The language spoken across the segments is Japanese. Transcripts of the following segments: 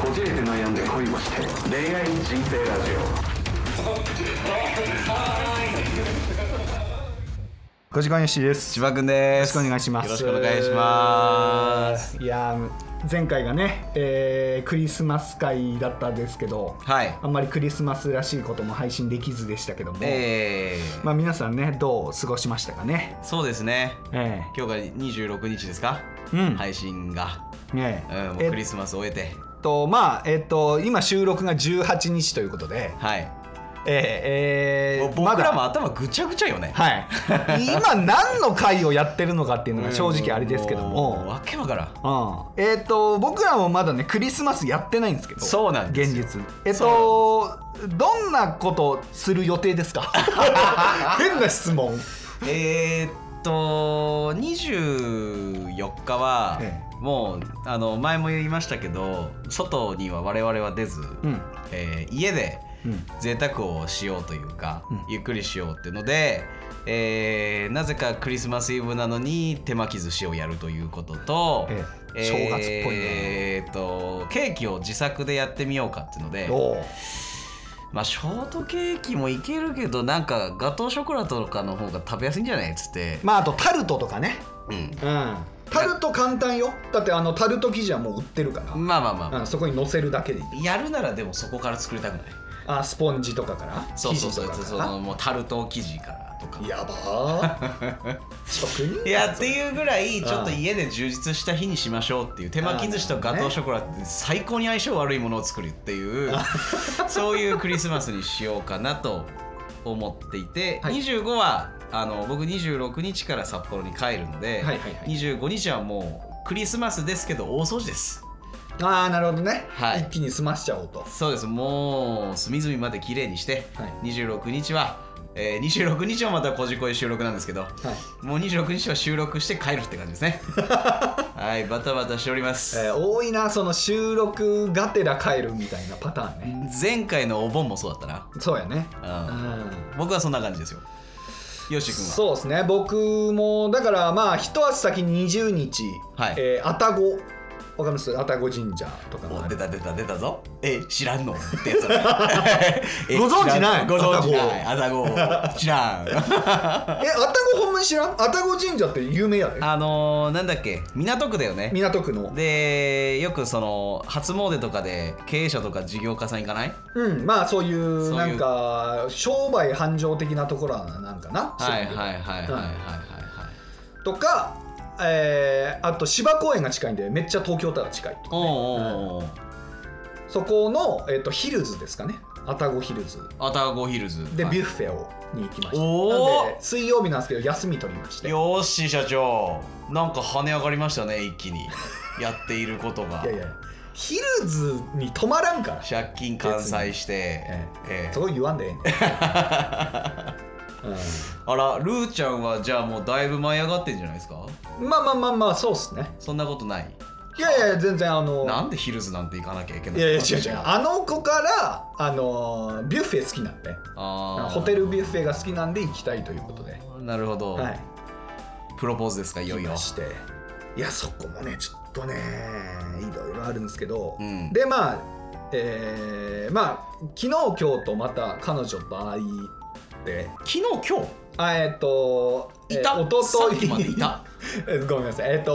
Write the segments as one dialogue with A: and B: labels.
A: こじれて悩んで恋をして恋愛人生ラジ
B: ご時間よしです。
C: 千葉くんです。
B: よろしくお願いします。
C: よろしくお願いします。
B: す。いやー前回がね、えークリスマス会だったんですけど、
C: はい。
B: あんまりクリスマスらしいことも配信できずでしたけども、
C: えー、
B: まあ皆さんねどう過ごしましたかね。
C: そうですね。
B: え
C: 今日が26日ですか、
B: えうん。
C: 配信が。
B: ね
C: う
B: え
C: ん、も
B: え
C: うクリ
B: っ
C: スマス終えて。
B: とまあえっと今収録が18日ということで、
C: はい。
B: えーえー
C: もう僕らも
B: まだ
C: 頭ぐちゃぐちゃよね。
B: は い。今何の会をやってるのかっていうのが正直あれですけど
C: う
B: も。
C: わけわからん。
B: うん、えっ、と僕らもまだねクリスマスやってないんですけど
C: そうなんです
B: 現
C: よ
B: 実えっとどんなことする予定ですか 変な質問
C: えーっと、24日は、
B: え
C: もうあの前も言いましたけど外には我々は出ず、
B: ん
C: えー家で
B: うん
C: 贅沢をしようというか、
B: うん
C: ゆっくりしようっていうので、えーなぜかクリスマスイブなのに手巻き寿司をやるということと、
B: ええ正月っぽいね
C: えーっとケーキを自作でやってみようかっていうので、
B: おう
C: まあ、ショートケーキもいけるけどなんかガトーショコラとかの方が食べやすいんじゃないっつって、
B: まああとタルトとかね
C: うん
B: うんタルト簡単よだってあのタルト生地はもう売ってるから、
C: まあまあまあ、ま
B: うん、そこに乗せるだけでいい
C: あ、やるならでもそこから作りたくない
B: あスポンジとかから
C: そうそうそう
B: 生地と
C: そ
B: かから
C: のもうタルト生地からとか
B: やば ー職人
C: いやっていうぐらい
B: うん
C: ちょっと家で充実した日にしましょうっていう手巻き寿司とガトーショコラって最高に相性悪いものを作るっていう そういうクリスマスにしようかなと思っていて、
B: はい
C: 25はあの僕26日から札幌に帰るので、
B: はいはいはい
C: 25日はもうクリスマスですけど大掃除です
B: ああなるほどね、
C: はい
B: 一気に済ましちゃおうと
C: そうですもう隅々まで綺麗にして、
B: はい
C: 26日は、えー26日はまたこじこい収録なんですけど
B: はい
C: もう26日は収録して帰るって感じ ですねはいバタバタしております、
B: えー多いなその収録がてら帰るみたいなパターンね
C: 前回のお盆もそうだった
B: そうやねう
C: な、うん
B: ん
C: 僕はそんな感じですよよし君は
B: そうですね僕もだからまあ一足先に20日
C: はい
B: えー愛宕わかります愛宕神社とか
C: お
B: があ
C: 出
B: る
C: た出た出たぞえ知らんのってやつだ ねえ
B: ご存知ない
C: 知らんご存知ない
B: あ
C: あざご知 らん
B: え愛宕ほんまに知らん愛宕神社って有名やで
C: あのー、なんだっけ港区だよね
B: 港区の
C: でよくその初詣とかで経営者とか事業家さん行かない
B: うんまあそういう
C: そう
B: ない
C: うん
B: か商売繁盛的なところはなんかな
C: はいはいはいはいはいはいはい
B: とかえーあと芝公園が近いんでめっちゃ東京タワー近いとかね
C: おうおうおうおう
B: そこの、えっとヒルズですかね愛宕ヒルズ
C: アタゴヒルズ
B: で、
C: はい
B: ビュッフェをに行きました
C: おー
B: なんで水曜日なんですけど休み取りましていや
C: よーし社長なんか跳ね上がりましたね一気 にやっていることが
B: いやヒルズに泊まらんから
C: 借金完済して、
B: え
C: ええ
B: そこ言わん でええねん
C: あらルーちゃんはじゃあもうだいぶ舞い上がってんじゃないですか
B: うんまあまあまあまあそうっすね
C: そんなことない
B: いやいやいや全然あの
C: なんでヒルズなんて行かなきゃいけない
B: い
C: の
B: やいや違う違うあの子からあのービュッフェ好きなんで
C: あー
B: ホテルビュッフェが好きなんで行きたいということで
C: なるほど、
B: はい
C: プロポーズですかいよいよ
B: ましていやそこもねちょっとねいろいろあるんですけど、
C: うん
B: でまあえーまあ昨日今日とまた彼女と会って
C: 昨日今日
B: あえっ、と
C: いた、
B: えー、お
C: さ
B: と
C: っきまでいた
B: ごめんなさいえっ、と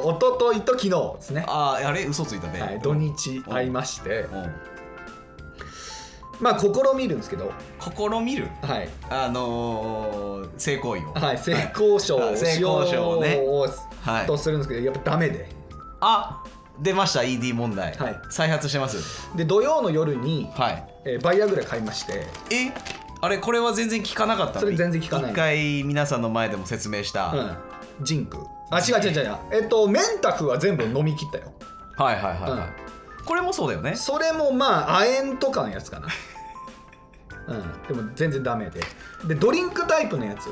B: おとといと昨日ですね、
C: あーあれ嘘ついたね、
B: はい、土日会いまして
C: うん
B: まあ試みるんですけど
C: 試みる
B: はい、
C: あのー、性行為を
B: はい、性交渉を
C: あ性
B: しよ
C: 交渉をね
B: う
C: はい
B: とするんですけどやっぱダメで
C: あ出ました ED 問題、
B: はい
C: 再発してます
B: で土曜の夜に、
C: はい
B: えーバイアグラ買いまして
C: えあれこれは全然聞かなかったの
B: それ全然聞かない
C: 一回皆さんの前でも説明した、はい
B: うん、ジンクあ違う違う違う違うえっとメンタフは全部飲み切ったよ
C: はいはいはい、これもそうだよね
B: それもまあ亜鉛とかのや つかなうんでも全然ダメででドリンクタイプのやつ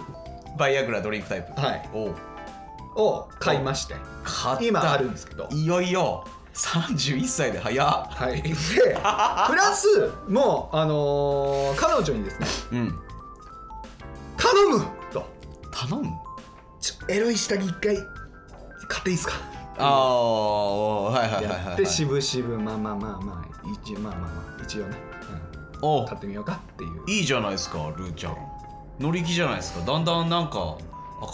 C: バイアグラドリンクタイプ
B: はい
C: おう
B: を買いまして
C: 買った
B: 今あるんですけど
C: いよいよ31歳で早っ
B: はいでプラスもうあのー彼女にですね
C: うん
B: 「頼む!」と
C: 頼む
B: 「ちょエロい下着一回買っていいですか?」
C: ああはいはいはいはい、
B: や
C: は
B: っ
C: い、
B: て渋々まあまあまあまあ一応まあまあまあ一応ね、う
C: お
B: ん、買ってみようかっていう
C: いいじゃないですかルーちゃん乗り気じゃないですかだんだんなんか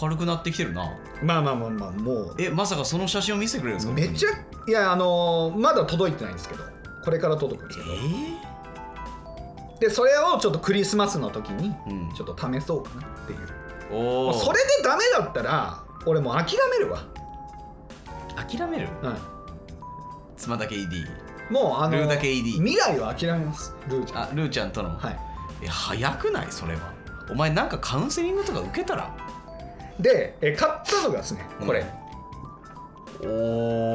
C: 明るくなってきてるな
B: まあまあまあまあも
C: えまさかその写真を見せてくれるんです
B: う
C: か
B: めっちゃいやあのーまだ届いてないんですけどこれから届くんですけど
C: え
B: でそれをちょっとクリスマスの時に
C: ーうん
B: ちょっと試そうかなっていう、
C: お
B: まあ
C: お
B: それでダメだったら俺もう諦めるわ、
C: 諦める
B: は
C: 妻だけ ED
B: い、もうあの
C: ルーだけ ED
B: 未来を諦めますルーちゃん
C: あルーちゃんとの、
B: はい
C: え早くないそれはお前なんかカウンセリングとか受けたら
B: でえ買ったのがですねこれ、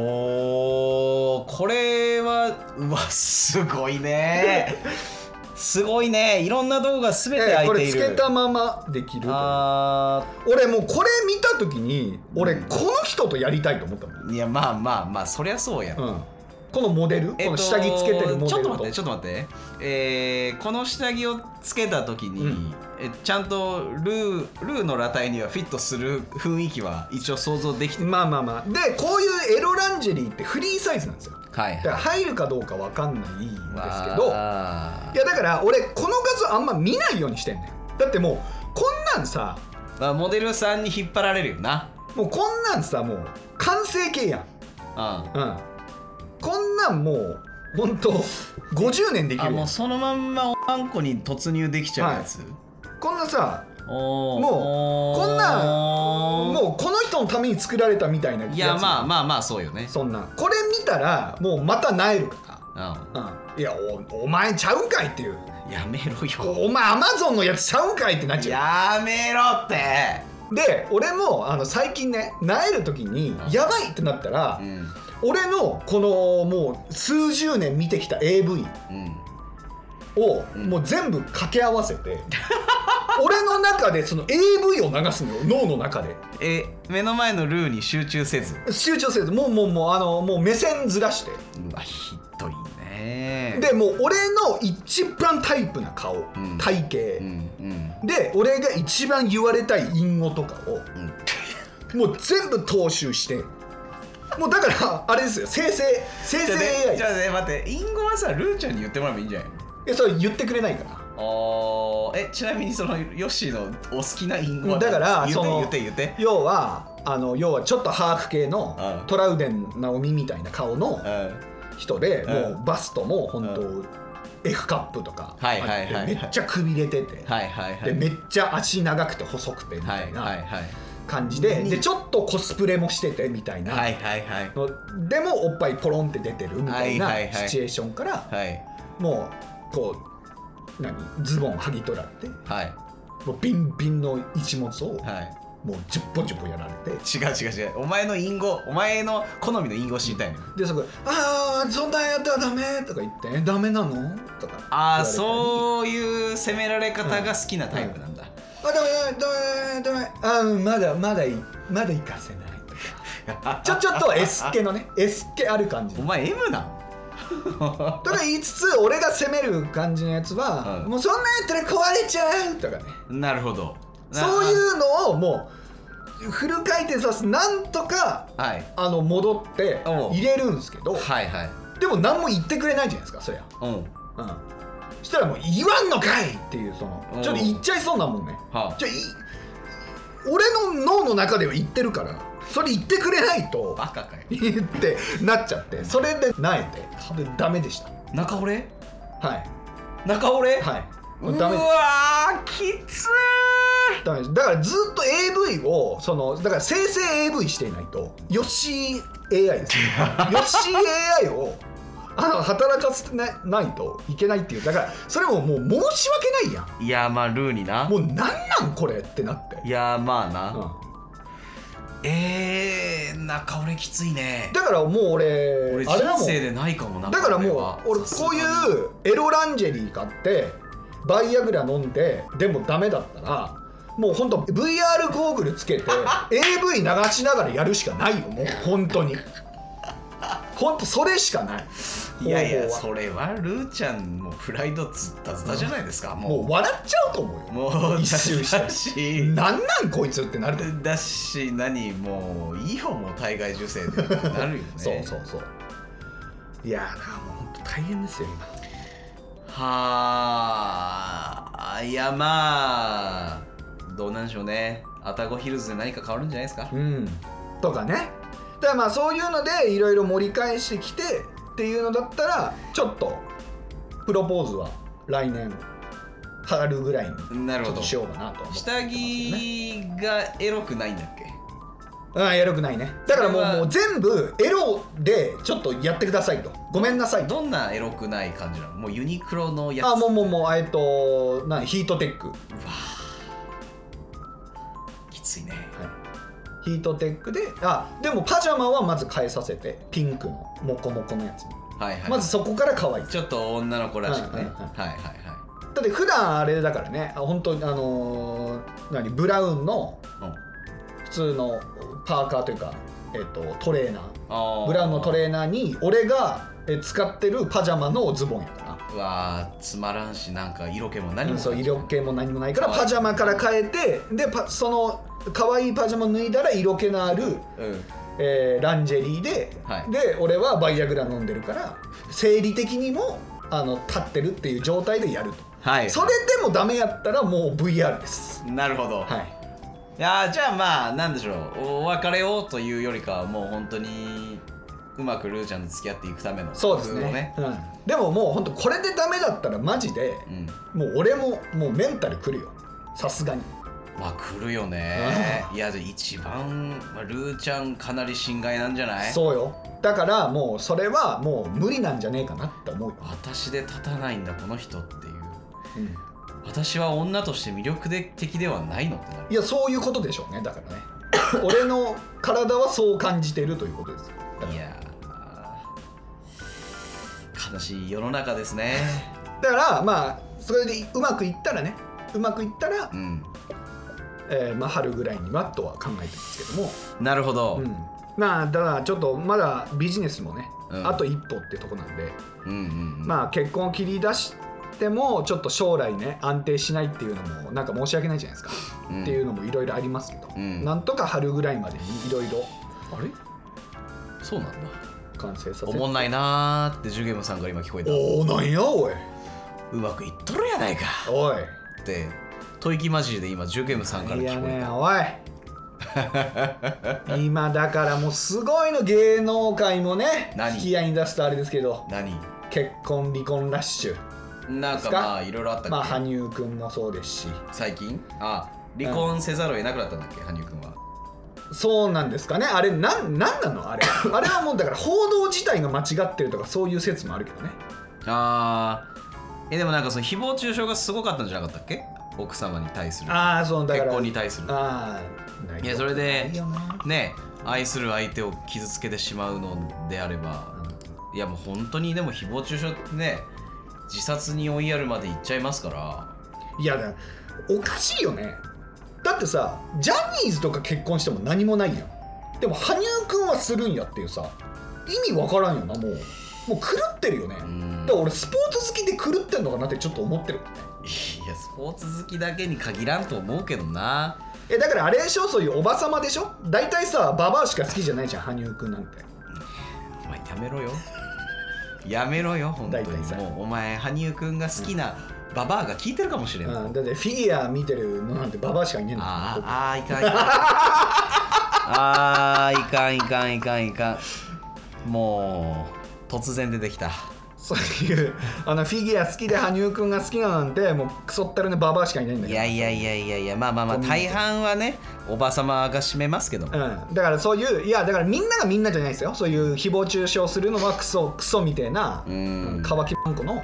C: おーこれはうわすごいね すごいねいろんな動画すべて
B: え
C: 開い
B: こ
C: て
B: れ
C: い
B: つ
C: る、
B: けたままできる
C: あ
B: 俺もうこれ見た時に俺
C: うん
B: この人とやりたいと思ったもん、
C: ーいやまあまあまあそりゃそうや、
B: うん、このモデル、
C: えっ
B: ことの下着つけてるモデル
C: ちょっと待ってちょっと待ってえーこの下着をつけた時に、
B: うん
C: えちゃんとルールーの裸体にはフィットする雰囲気は一応想像できて
B: まあまあまあでこういうエロランジェリーってフリーサイズなんですよ
C: はい
B: だから入るかどうかわかんないんですけど
C: わあ
B: いやだから俺この画像あんま見ないようにしてんねんだってもうこんなんさ
C: まあ、モデルさんに引っ張られるよな、
B: もうこんなんさもう完成形やん
C: うん、
B: うんこんなんもうほんと50年でき
C: あ
B: る
C: も
B: やん
C: うそのまんまおあんこに突入できちゃうやつ、
B: こんなさ
C: おー
B: もうこんなんもうこの人のために作られたみたいなやつ
C: いやまあまあまあそうよね
B: そんなんこれ見たらもうまた萎えるか
C: う
B: ら、うん、いやおお前ちゃうんかいっていうん
C: やめろよ
B: お前アマゾンのやつちゃうんかいってなっちゃう
C: やめろって
B: で俺もあの最近ね萎える時に
C: うん
B: やばいってなったら
C: う、ん
B: 俺のこのもう数十年見てきた AV
C: うん
B: を
C: うん
B: もう全部掛け合わせて、 俺の中でその AV を流すのよ脳の中で
C: え目の前のルーに集中せず
B: 集中せずもうもうもうあのもう目線ずらして
C: うわひどいね
B: でもう俺の一番タイプな顔、
C: ん
B: 体
C: う
B: 型、
C: んうん
B: で俺が一番言われたい隠語とかを
C: うん
B: もう全部踏襲してもうだからあれですよ生成生
C: じ
B: 成
C: ゃあ
B: AI
C: ねじゃあね待ってインゴはさルーちゃんに言ってもらえばいいんじゃない
B: いやそれ言ってくれないから
C: おーえちなみにそのヨッシーのお好きなインゴは
B: だから
C: 言
B: その
C: って言って言って
B: 要はあの要はちょっとハーフ系の
C: うん
B: トラウデン直美みたいな顔の
C: うん
B: 人で
C: うん
B: もうバストも本
C: う
B: 当 F カップとかあっ
C: はい
B: て
C: はいはいはい
B: めっちゃくびれてて
C: はいはいはい
B: でめっちゃ足長くて細くてみ
C: は
B: た
C: いはい
B: いな
C: はい
B: 感じで
C: に
B: でちょっとコスプレもしててみたい
C: は
B: ない
C: はいはい
B: のでもおっぱいポロンって出てるみたいな
C: はいはいはい
B: シチュエーションから
C: はい
B: もうこう何ズボン剥ぎ取られて
C: はい
B: もうビンビンの一物を
C: はい
B: もう10本10本やられて。
C: 違う違う違うお前のインゴお前の好みのインゴ知りたいの、
B: でそこで「ああそんなんやったらダメ」とか言って「えダメなの?」とか
C: ああ
B: う
C: そういう責められ方が好きなタイプなんだ、
B: 「あダメダメダメダメあーまだまだいまだ行かせない」と かちょちょっと S 系のね S 系ある感じ
C: お
B: の
C: 前 M なの
B: とか言いつつ俺が責める感じのやつは「
C: うん
B: もうそんなんやったら壊れちゃう」とかね
C: なるほど
B: そう
C: う
B: いうのをもうフル回転させなんとか
C: はい
B: あの戻って
C: おう
B: 入れるんですけど
C: はいはい
B: でも何も言ってくれないじゃないですかそりゃ。
C: うん
B: うんそしたらもう言わんのかいっていうその
C: うん
B: ちょっと言っちゃいそうなもんね
C: はあ
B: じゃあい俺の脳の中では言ってるからそれ言ってくれないと
C: バカかよ
B: 言ってなっちゃってそれでなえてでダメでした
C: 中折れ
B: はい
C: 中折れ、
B: はいうダ
C: わ
B: メです
C: ーきつー
B: ダメですだからずっと AV をそのだから生成 AV していないとヨッシー AI ですよヨッシー AI をあの働かせなないといけないっていうだからそれももう申し訳ないやん
C: いやまあルーにな
B: もうなんなんこれってなって
C: いやまあな、
B: う
C: えー、中折れきついね
B: んだからもう俺
C: 俺
B: あれは
C: 人
B: もう
C: 生でないかもな
B: だから
C: れ
B: も
C: は
B: う俺
C: さす
B: こ
C: が
B: う
C: に
B: いうエロランジェリー買ってバイアグラ飲んででもダメだったらもうほんと VR ゴー グルつけて AV 流しながらやるしかないよもう本当に本当それしかない
C: いやいや
B: 方法は
C: それはルーちゃんもプライドずったずたじゃないですか、
B: も
C: も
B: う笑っちゃうと思う
C: う
B: よ
C: もう
B: 一周した
C: だし
B: なんなんこいつってなると思う
C: だし何もういい方もう体外受精でなるよね
B: そうそうそういやーなもう本当大変ですよ今
C: はあいやまあどうなんでしょうねアタゴヒルズで何か変わるんじゃないですか
B: うん、とかねだからまあそういうのでいろいろ盛り返してきてっていうのだったらちょっとプロポーズは来年春ぐらいに
C: なる
B: ちょ
C: ほ
B: っ
C: ど
B: としようかなとは思ってます
C: 下
B: けどね
C: 着がエロくないんだっけ
B: うんエロくないねだからも
C: それは
B: うもう全部エロでちょっとやってくださいとごめんなさいと
C: どんなエロくない感じなのもうユニクロのやつ
B: あもうもうもうえっと何ヒートテック、は
C: うわあきついね
B: い、ヒートテックであでもパジャマはまず変えさせてピンクのモコモコのやつに
C: はいはい
B: まずそこから可愛い
C: ちょっと女の子らしくね、
B: はいはいは
C: はいはいはい
B: だって普段あれだからねあ本当にあのー何ブラウンの
C: うん
B: 普通のパーカーというか、えっとトレーナー
C: あー
B: ブラウンのトレーナーに俺がえ使ってるパジャマのズボンやから、
C: うわーつまらんしなんか色気も何も
B: うん、そう色気も何もないから
C: 可愛い
B: パジャマから変えてでパその可愛いパジャマ脱いだら色気のある、
C: うん
B: えーランジェリーで、
C: はい
B: で俺はバイアグラ飲んでるから生理的にもあの立ってるっていう状態でやると
C: はい
B: それでもダメやったらもう VR です
C: なるほど、
B: はい
C: いやーじゃあまあなんでしょうお別れをというよりかはもう本当にうまくルーちゃんと付き合っていくための
B: そうです
C: 工夫を
B: ね、うん、でももう本当これでダメだったらマジで
C: うん
B: もう俺ももうメンタルくるよさすがに
C: まあ来るよねいやで一番、まあ、ルーちゃんかなり心外なんじゃない
B: そうよだからもうそれはもう無理なんじゃねえかなって思うよ、
C: 私で立たないんだこの人っていう
B: うん
C: 私は女として魅力的ではないのってなる
B: いやそういうことでしょうねだからね 俺の体はそう感じてるということですだか
C: いやー悲しい世の中ですね
B: らだからまあそれでうまくいったらねうまくいったら
C: う、ん
B: えーまあ、春ぐらいにはとは考えてますけども、
C: なるほど
B: うん、まあただちょっとまだビジネスもね、
C: うん
B: あと一歩ってとこなんで
C: うんうんうん
B: まあ結婚を切り出してもちょっと将来ね安定しないっていうのもなんか申し訳ないじゃないですか、
C: うん
B: っていうのもいろいろありますけど、
C: うん
B: なんとか春ぐらいまでにいろいろ
C: あれそうなんだ
B: 完成さ
C: お
B: せ
C: もんないなーってジュゲムさんから今聞こえた
B: おおなんやおいう
C: まくいっとるやないか
B: おい
C: って吐息交じりで今ジュゲムさんから聞
B: いや
C: こえ
B: ね
C: た
B: おい今だからもうすごいの芸能界もね
C: 何
B: 引き合いに出すとあれですけど
C: 何
B: 結婚離婚ラッシュ
C: なんかまあいろいろあったけど、
B: まあ羽生くんもそうですし
C: 最近あ離婚せざるを得なくなったんだっけ羽生くんは
B: そうなんですかねあれなんなん なのあれあれはもうだから報道自体が間違ってるとかそういう説もあるけどね
C: あーえでもなんかその誹謗中傷がすごかったんじゃなかったっけ奥様に対する
B: ああそのだか
C: 結
B: ら
C: 婚に対する
B: ああ
C: いやそれで
B: ないよな
C: ね愛する相手を傷つけてしまうのであれば、いやもう本当にでも誹謗中傷ってね自殺に追いやるまでいっちゃいますから
B: いやだおかしいよねだってさジャニーズとか結婚しても何もないやんでも羽生くんはするんやっていうさ意味わからんよなもうもう狂ってるよね、
C: ん
B: だから俺スポーツ好きで狂ってんのかなってちょっと思ってる
C: いやスポーツ好きだけに限らんと思うけどな
B: えだからあれでしょそういうおばさまでしょ大体さババアしか好きじゃないじゃん羽生くんなんて
C: お前やめ ろよやめろよ本当
B: 大体
C: に
B: さ
C: もうお前羽生くんが好きなババアが聞いてるかもしれん、い
B: うん、だってフィギュア見てるのなんてババアしかいねえんだもん
C: あーあーいかんいかん あーいかんいかんいかんいかんもう突然出てきた
B: そういうあのフィギュア好きで羽生くんが好きなのなんてもうクソったるねババアしかいないんだ
C: い
B: け
C: や
B: ど
C: いやいやいやいやまあまあまあ
B: コミュニテ
C: 大
B: ィ
C: 半はねおばさまが占めますけども
B: うん、だからそういういやだからみんながみんなじゃないですよそういう誹謗中傷するのはクソクソみたいな
C: うーん
B: 乾きまんこの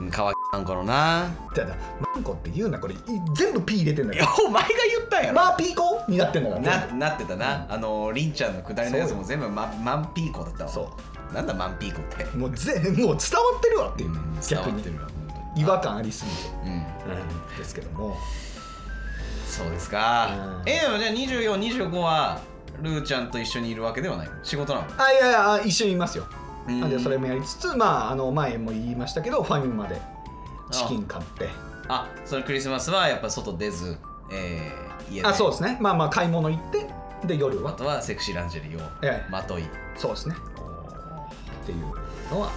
C: うんかわあんこのな
B: だだまんこって言うなこれい全部 P 入れてんだ
C: い
B: け
C: や
B: ど
C: お前が言ったんやろ
B: まあピーコになってんだから
C: な
B: 全
C: なってたな、あのりんちゃんのくだりのやつも全部ママンピーコだったわ
B: そう
C: なんだマンピーコって
B: 部もうぜもう伝わってるわっていうね
C: うん伝わ
B: 逆
C: っ
B: に
C: てるわ本当に
B: 違和感ありすぎて、
C: うん
B: うん、ですけども
C: そうですか、
B: うん
C: えでもじゃあ2425はルーちゃんと一緒にいるわけではない仕事なの
B: あいやいやあ一緒にいますよ
C: うん
B: なんでそれもやりつつまああの前も言いましたけどファミマでチキン買って
C: あそのクリスマスはやっぱ外出ず、えー家で
B: あそうですねまあまあ買い物行ってで夜
C: あ
B: は
C: とはセクシーランジェリーを
B: ええ
C: まとい、
B: そうですねっていうのは考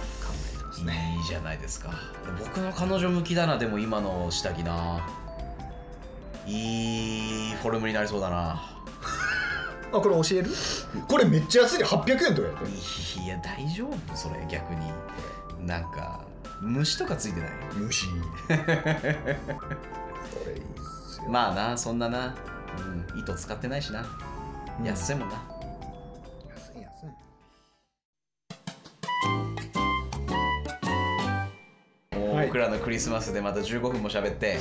B: えてますね
C: いいじゃないですか僕の彼女向きだなでも今の下着ないいフォルムになりそうだな
B: あこれ教えるこれめっちゃ安いで800円とかやって
C: いや大丈夫それ逆になんか虫とかついてない
B: 虫 これいいっすよ
C: まあなそんなな、うん、糸使ってないしな
B: うん
C: 安いもんな、
B: 安い安い
C: もう
B: はい
C: 僕らのクリスマスでまた15分も喋って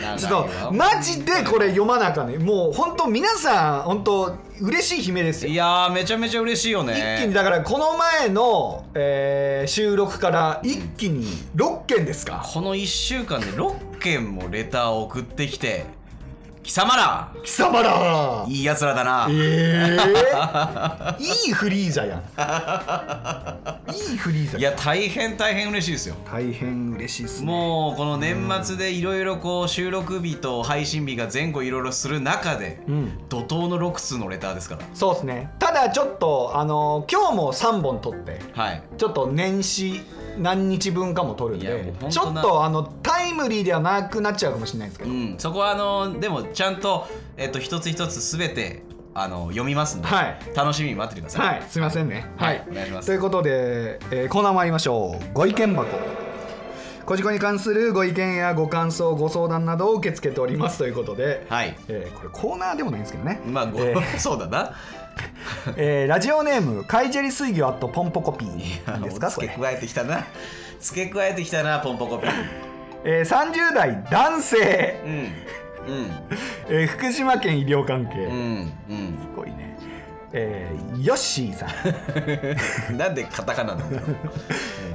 C: なん
B: ち
C: か
B: ょっとマジでこれ読まなあかんねもう本当皆さん本当嬉しい悲鳴ですよ
C: いやーめちゃめちゃ嬉しいよね
B: 一気にだからこの前の、えー収録から一気に6件ですか
C: この1週間で6件もレターを送ってきて貴様ら
B: 貴様ら
C: いいやつらだな
B: え えいいフリーザやんいいフリーザ
C: いや大変大変嬉しいですよ
B: 大変嬉しいですね
C: もうこの年末でいろいろこう収録日と配信日が前後いろいろする中で、
B: うん
C: 怒涛の6通のレターですから
B: そうですねただちょっとあの今日も3本撮って
C: はい
B: ちょっと年始何日分かも撮るん
C: いやも
B: で
C: うほん
B: ちょ
C: と
B: っ
C: な
B: とあのタイムリーではなくなっちゃうかもしれないですけ
C: う
B: ど、
C: ん、そこはあのでもちゃんと、えっと、一つ一つすべてあの読みますんで、
B: はい
C: 楽しみに待っててください、
B: はいすいませんね
C: はいお願いします
B: ということで、えーコーナー参りましょうご意見箱こじこに関するご意見やご感想ご相談などを受け付けておりますということで、
C: はい
B: えーこれコーナーでもないんですけどね、
C: まあ、ご
B: え
C: そうだな
B: ーえーラジオネームカイジェリ水魚アットポンポコピーですかこ
C: 付け
B: れ、
C: 加えてきたな付け加えてきたなポンポコピー
B: えー30代男性、
C: うん
B: えー福島県医療関係、
C: うんうん
B: すごいねえーヨッシーさん、
C: うんなんでカタカナ なんだろ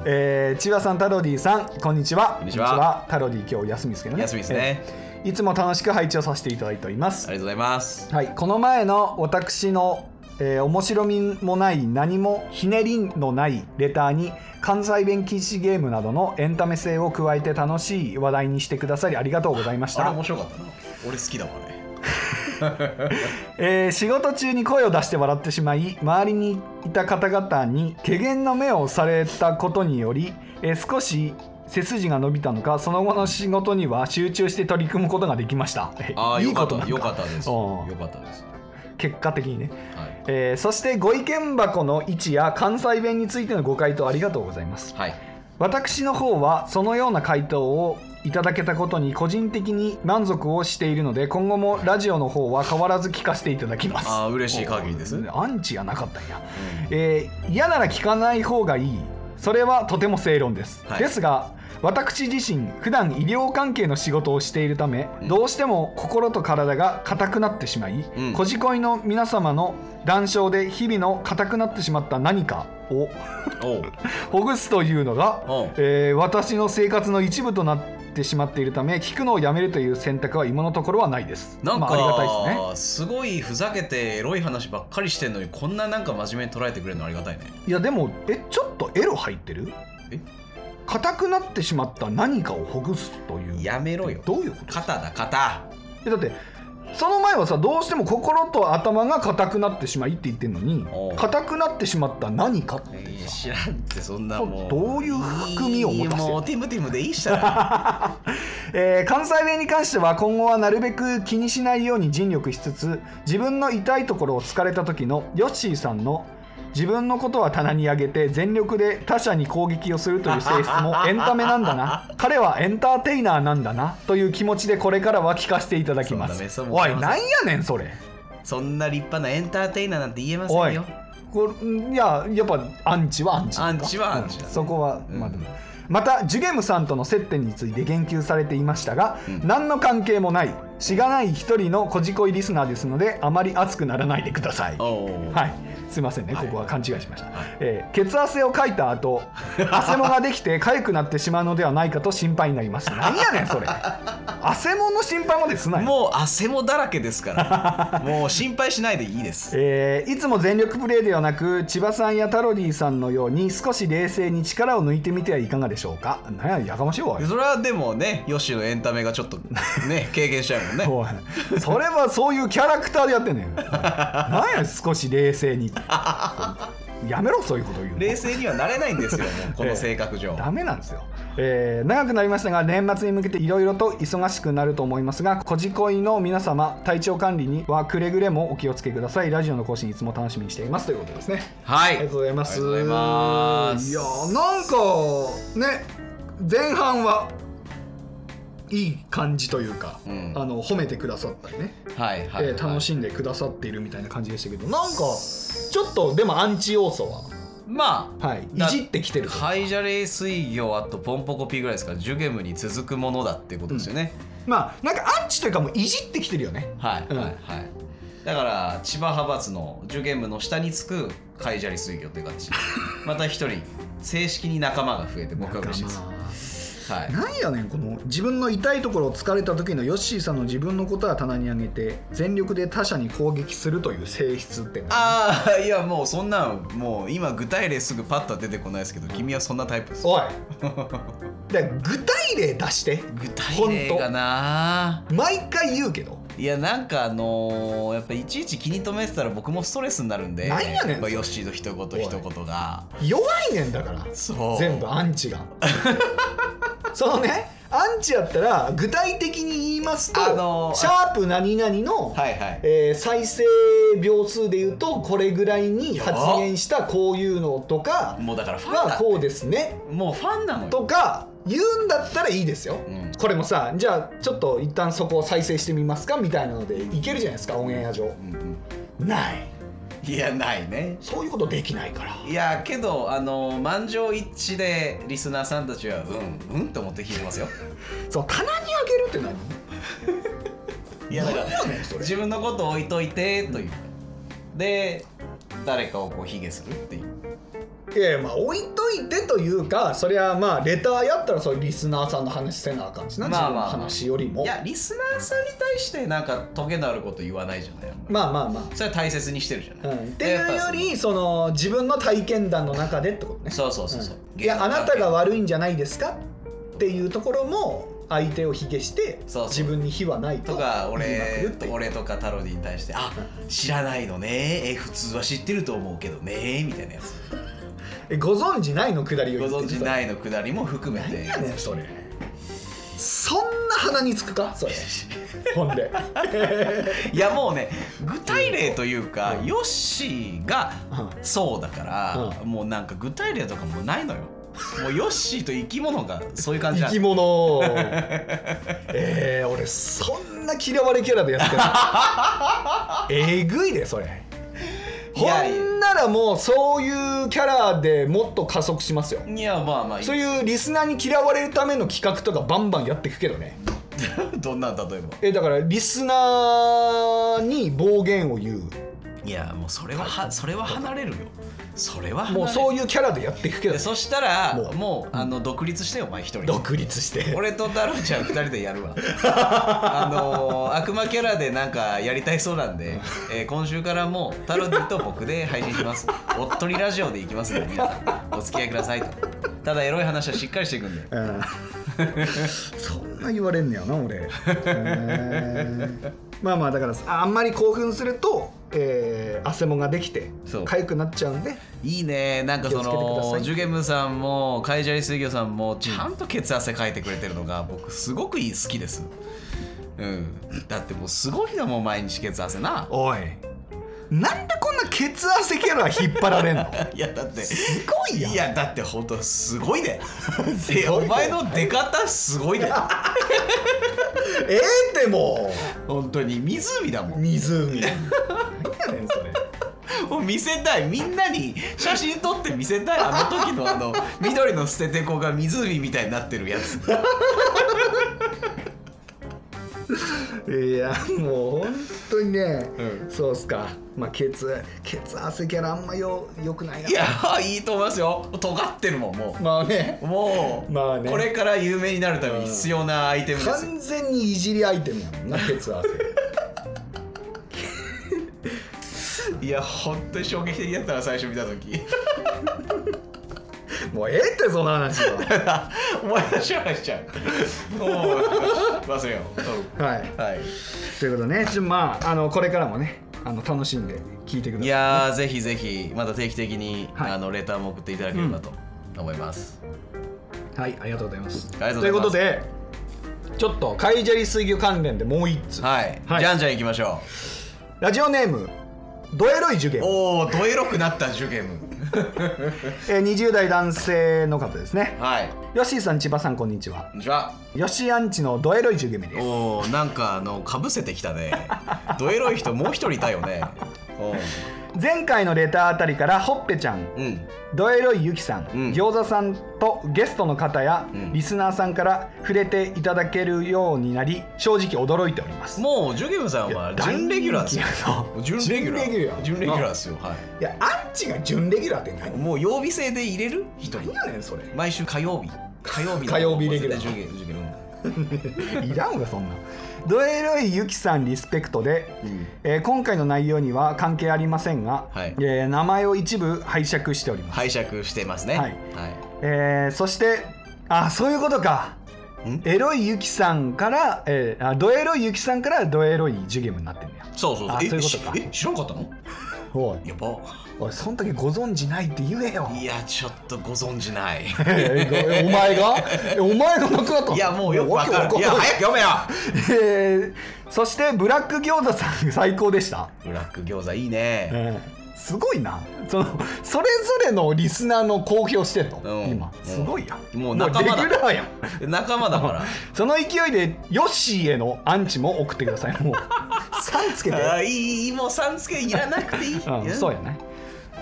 B: えー、千葉さん、タロディさん、こんにちは。
C: こんにちは
B: タロディ、今日休みですけど
C: う
B: ね。
C: 休みですね、
B: えー。いつも楽しく配置をさせていただいておりま
C: あ
B: す。
C: りがとうございます
B: はい、この前の私の、えー面白みもない何もひねりのないレターに関西弁禁止ゲームなどのエンタメ性を加えて楽しい話題にしてくださりありがとうございまし
C: あれ
B: た
C: 面、白かったな俺好きだわあれ
B: えー仕事中に声を出して笑ってしまい周りにいた方々に怪訝の目をされたことにより、えー少し背筋が伸びたのかその後の仕事には集中して取り組むことができました
C: ああ
B: い
C: よ
B: い
C: か
B: こ
C: っ
B: と
C: た
B: なんだ
C: よかったです
B: う
C: よ
B: ん
C: かったです
B: 結果的にね
C: はい
B: えーそしてご意見箱の位置や関西弁についてのご回答ありがとうございます
C: はい
B: 私の方はそのような回答をいただけたことに個人的に満足をしているので今後もラジオの方は変わらず聞かせていただきます
C: あー嬉しい限りです
B: おアンチがなかったんや、
C: う
B: えー嫌なら聞かない方がいいそれはとても正論です、
C: はい
B: ですが私自身普段医療関係の仕事をしているため、
C: うん
B: どうしても心と体が硬くなってしまい、
C: うん
B: こじこいの皆様の談笑で日々の硬くなってしまった何かを
C: おう
B: ほぐすというのが
C: おう、
B: えー私の生活の一部となってしまっているため聞くのをやめるという選択は今のところはないです
C: なんか、
B: まあ、ありがたいですね
C: すごいふざけてエロい話ばっかりしてんのにこんななんか真面目に捉えてくれるのありがたいね
B: いやでもえちょっとエロ入ってる
C: え
B: 硬くなってしまった何かをほぐすという
C: やめろよ
B: どういうこと
C: 肩だ肩
B: えだってその前はさどうしても心と頭が硬くなってしまいって言ってんのに
C: おう
B: 硬くなってしまった何かって
C: いや
B: さ
C: 知らんってそんなもう
B: そうどういう含みを持たせて
C: いいもうティムティムでいいしたら
B: えー関西弁に関しては今後はなるべく気にしないように尽力しつつ自分の痛いところを疲れた時のヨッシーさんの自分のことは棚に上げて全力で他者に攻撃をするという性質 もエンタメなんだな彼はエンターテイナーなんだなという気持ちでこれからは聞かせていただきま
C: そんなメ
B: す
C: ソも
B: おい
C: ござい
B: な
C: ま
B: んやねんそれ
C: そんな立派なエンターテイナーなんて言えませ
B: お
C: ん
B: い
C: よ
B: これいややっぱアンチはアンチ
C: アンチはアンチだね
B: そこは、
C: うん
B: まあでもまたジュゲムさんとの接点について言及されていましたが、
C: うん
B: 何の関係もないしがない一人のこじこいリスナーですのであまり熱くならないでください、
C: おう
B: はいすいませんね
C: は
B: こ
C: い
B: こは勘違いしました、
C: はい
B: えー血汗をかい た後汗もができて痒くなってしまうのではないかと心配になります何やねん それ汗もの心配まですなよ
C: もう汗もだらけです からもう心配しないでいいです
B: えーいつも全力プレーではなく千葉さんやタロディさんのように少し冷静に力を抜いてみてはいかがでしょうかなんややかましいわ
C: それはでもねヨッシーのエンタメがちょっと ね経験しちゃうもんね
B: おいそれはそういうキャラクターでやってんねんなんや少し冷静にやめろそういうこと言うの
C: 冷静にはなれないんですよもうこの性格 上、
B: ダメなんですよ、えー長くなりましたが年末に向けていろいろと忙しくなると思いますがこじこいの皆様体調管理にはくれぐれもお気をつけくださいラジオの更新いつも楽しみにしていますということですね
C: は
B: あ
C: い
B: りがとうございます
C: ありがとうございます
B: いやなんかね前半はいい感じというか、
C: うん
B: あの褒めてくださったりね
C: はいはい、
B: えー楽しんでくださっているみたいな感じでしたけど、なんかちょっとでもアンチ要素は、
C: まあ
B: はい、い
C: だ
B: じってきてると
C: ハイジャレー水魚あとポンポコピーぐらいですからジュゲムに続くものだっていうことですよね、
B: まあなんかアンチというかもういじってきてるよね
C: はい、
B: うん
C: はいはいだから千葉派閥のジュゲムの下につくハイジャレ水魚っていう 形また一人正式に仲間が増えて僕は嬉しいで
B: なんかまあ
C: す、はい、
B: なんやねんこの自分の痛いところを疲れた時のヨッシーさんの自分のことは棚に上げて全力で他者に攻撃するという性質ってな
C: ああいやもうそんなんもう今具体例すぐパッとは出てこないですけど君はそんなタイプです
B: おい だから具体例出して
C: 具体例がな
B: 毎回言うけど
C: いやなんかあのーやっぱいちいち気に留めてたら僕もストレスになるんで
B: なんやねん
C: やっぱヨッシーの一言一言が
B: 弱いねんだから
C: そう
B: 全部アンチが そのねアンチやったら具体的に言いますと、
C: あのー
B: シャープ何々の、
C: はいはい
B: えー再生秒数で言うとこれぐらいに発言したこういうのとか
C: もうだからファン
B: は
C: だ
B: こうですね
C: もうファンなのよ
B: とか言うんだったらいいですよ、
C: うん
B: これもさじゃあちょっと一旦そこを再生してみますかみたいなのでいけるじゃないですかオンエア上
C: うんうん
B: ない
C: いやないね
B: そういうことできないから
C: いやけどあのー満場一致でリスナーさんたちはうんうんと思って聞いてますよ
B: そう棚にあげるって何
C: いやだから
B: 何やねんそれ
C: 自分のこと置いといてというで誰かをこう卑下するっていう
B: いやいやまあ置いといてというかそりゃまあレターやったらそういうリスナーさんの話せなあかんしな、
C: まあまあまあ
B: 自分の話よりも
C: いやリスナーさんに対してなんかトゲのあること言わないじゃない
B: まあまあま
C: それは大切にしてるじゃ
B: あ、
C: な
B: う
C: い、
B: ん、っていうよりその自分の体験談の中でってことね
C: そうそうそうそう、
B: うんいやあなたが悪いんじゃないですかっていうところも相手を卑下して
C: そうそう
B: 自分に非はないと
C: とか
B: 言いまく
C: 俺
B: るっていう
C: 俺とかタロディに対して「あ知らないのねえ普通は知ってると思うけどね」みたいなやつ
B: えご存じないのくだりを
C: ご
B: 言って
C: 存知
B: い
C: ないのくだりも含め
B: 何
C: て
B: やねんそれそんな鼻につくかそれほんで
C: いやもうね具体例というか、ヨッシーが
B: う
C: そうだから、
B: う
C: もうなんか具体例とかもうないのよもうヨッシーと生き物がそういう感じ
B: 生
C: なの
B: き物えー、俺そんな嫌われキャラでやっ てないえぐいでそれ
C: い
B: ほ
C: やいや
B: んならもうそういうキャラでもっと加速しますよ
C: いやまあまあ
B: そういうリスナーに嫌われるための企画とかバンバンやっていくけどね
C: どんなん例えば
B: えだからリスナーに暴言を言う
C: いやもうそれははそれは離れるよそれは離れる
B: もうそういうキャラでやっていくけど
C: で そしたら
B: も
C: も
B: う
C: うあの独立してよお前一人
B: 独立して
C: 俺と太郎ちゃん2人でや るわあのー悪魔キャラでなんかやりたいそうなんで、えー今週からもう太郎と僕で配信しますおっとりラジオで行きますので皆さんお付き合いくださいとただエロい話はしっかりしていくんで
B: うん そんな言われんねやな 俺、えーまあまあだからああんまり興奮すると、えー、汗もができて
C: そう
B: 痒くなっちゃうんで
C: いいねなんかそ
B: 気をつけてくださ
C: の
B: い
C: ジュゲムさんもカイジャリ水魚さんもちゃんと血汗かいてくれてるのが僕すごくいい好きですうんだってもうすごいなもう毎日血汗 な
B: おいなんでこんな血汗キャラ引っ張られん の
C: いやだって
B: すごいやん
C: いやだって本当すごい ねで
B: ごい
C: お
B: ね
C: 前の出方すごい ね
B: ええでも
C: 本当に湖だもん
B: 湖何やねんそれ
C: もう見せたいみんなに写真撮って見せたいあの時のあ の緑の捨ててこが湖みたいになってるやつ
B: いやもう本当にね、
C: うん
B: そうっすかまあケツケツ汗キャラあんまよよくないない
C: やいいと思いますよ尖ってるもんも
B: まあね
C: うもう、
B: まあね
C: これから有名になるために必要なアイテムですよ
B: 完全にいじりアイテムやもんなケツ汗
C: いや本当に衝撃的だったな最初見た時
B: もうええってその話は
C: 思い出し話しちゃうもう忘れよう、
B: はい
C: はい
B: ということでねちょまああのこれからもねあの楽しんで聞いてください
C: いやーぜひぜひまた定期的に、
B: はい
C: あのレターも送っていただければと思います、
B: はいありがとうございます
C: ありがとうござ
B: ということでちょっとカイジャリ水魚関連でもう一つ、
C: はい、
B: はい
C: じゃんじゃんいきましょ
B: ラジオネームドエロい受験
C: うおおどエロくなった受験
B: えー20代男性の方ですね
C: はい
B: ヨッシーさん千葉さんこんにちは
C: こんにちは
B: ヨッシーアンチのドエロい受験です
C: おーなんかあのかぶせてきた ねどエロい人もう一人いたよねお
B: 前回のレターあたりからほっぺちゃん
C: ーうん
B: ドエロいゆきさん、
C: うん
B: 餃子さんとゲストの方や、
C: うん
B: リスナーさんから触れていただけるようになり正直驚いております
C: もうジュゲムさんはい
B: や
C: 準レギュラーですよ
B: 大人気
C: 準
B: やな
C: レギュラ
B: 準レギュ
C: ー
B: ラー
C: 準レギュラーですよはい
B: やアンチが準レギュラーって何
C: いもう曜日制で入れる人に
B: 何やねんそれ
C: 毎週火曜日火曜日の
B: 火曜日レギュラー
C: 絶対受験受験
B: いらんわそんなドエロいゆきさんリスペクトで、
C: うん
B: えー今回の内容には関係ありませんが、
C: はい
B: えー名前を一部拝借しております、
C: 拝借してますね
B: はいえーそしてあそういうことか
C: ん
B: エロいゆきさんから、えーあドエロいゆきさんからドエロいジュゲムになってんだよ
C: そうそうそう
B: あ
C: え
B: そういうことか
C: しえ知らんかったの
B: おい
C: やば
B: おいそん時ご存知ないって言えよ
C: いやちょっとご存じ ない
B: えお前がえお前がなくなった
C: いやもうよくわかるいや早く読めよ
B: えーそしてブラック餃子さん最高でした、
C: ブラック餃子いいね
B: すごいなそのそれぞれのリスナーの公表してんの、
C: うん
B: 今
C: うん
B: すごいや、
C: もう仲間だ
B: もうレギュラーやん
C: 仲間だから
B: その勢いでヨッシーへのアンチも送ってく ださいもう3つけて
C: あいいもうさんつけいらなくていい、
B: うん、そうやね、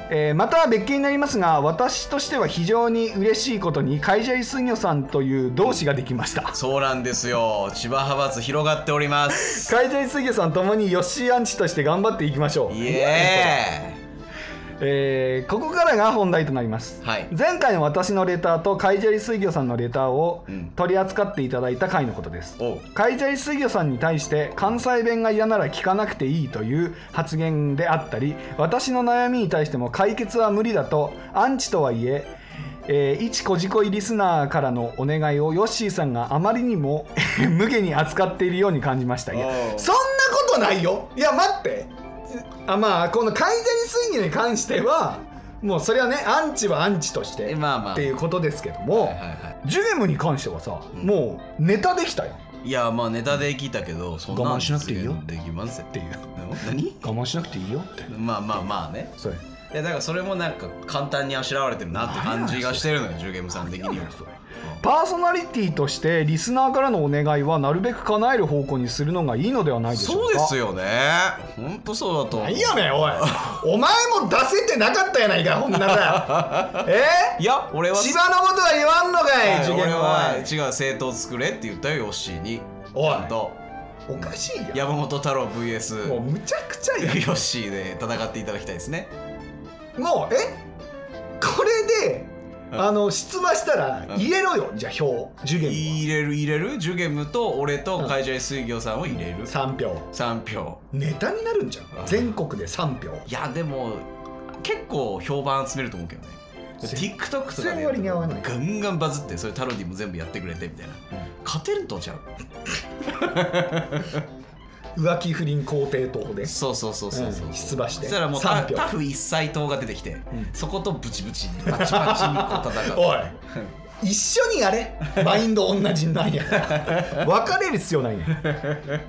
B: えーまたは別件になりますが私としては非常に嬉しいことに海ジャイ水魚さんという同志ができま した
C: そうなんですよ千葉派閥広がっております
B: 海ジャイ水魚さんともにヨッシーアンチとして頑張っていきましょう
C: イエ
B: えーここからが本題となります、
C: はい
B: 前回の私のレターと海砂利水魚さんのレターを
C: うん
B: 取り扱っていただいた回のことです
C: ーイおう
B: 海砂利水魚さんに対して関西弁が嫌なら聞かなくていいという発言であったり私の悩みに対しても解決は無理だとアンチとはいええー一こじこいリスナーからのお願いをヨッシーさんがあまりにも無下に扱っているように感じましたいや
C: おう
B: そんなことないよいや待ってあまあこの海砂利水魚に関してはもうそれはねアンチはアンチとして
C: えまあまあ
B: っていうことですけども、
C: はいはいは
B: ジュゲムに関してはさ、もうネタできたよ
C: いいやまあネタで聞いたけどそん
B: 我慢しなくていいよ
C: 発言できますっ
B: っていう
C: 何
B: 我慢しなくていいよって
C: まあまあまあね
B: それ
C: いやだからそれもなんか簡単にあしらわれてるなって感じがしてるのよジュゲムさん的には
B: パーソナリティとしてリスナーからのお願いはなるべく叶える方向にするのがいいのではないでしょ
C: そううで
B: か
C: すよねほんとそうだと思う
B: いやねん おいお前も出せてなかったやないかほんな らえ
C: いや俺は
B: 千葉のことは言わんのかい受
C: 俺
B: 験
C: は
B: は
C: 違う政党作れって言ったよヨッシーに
B: おい
C: ちゃんと
B: おかしいや
C: 山本太郎
B: んもう
C: VS
B: むちゃくちゃ
C: ヨ
B: や
C: ッシーで戦っていただきたいですね
B: んもうえこれで
C: うん
B: あの出馬したら
C: うん
B: 入れろよじゃあ票受験に
C: 入れる入れるジュゲムと俺と海上水魚さんを入れる
B: 3票
C: 3票
B: ネタになるんじゃん全国で3票
C: いやでも結構評判集めると思うけどね
B: 全
C: TikTok とか
B: 全然割に合わない
C: ガンガンバズってそれタロディも全部やってくれてみたいな、勝てるとちゃう
B: 浮気不倫肯定党で
C: そうそうそうそうそう、
B: うん出馬して
C: そしたらもうタ
B: 3票
C: タフ一斉党が出てきて、
B: ん
C: そことブチブチバチバチにこう戦う
B: おい一緒にやれマインド同じなんや 別れる必要ないね、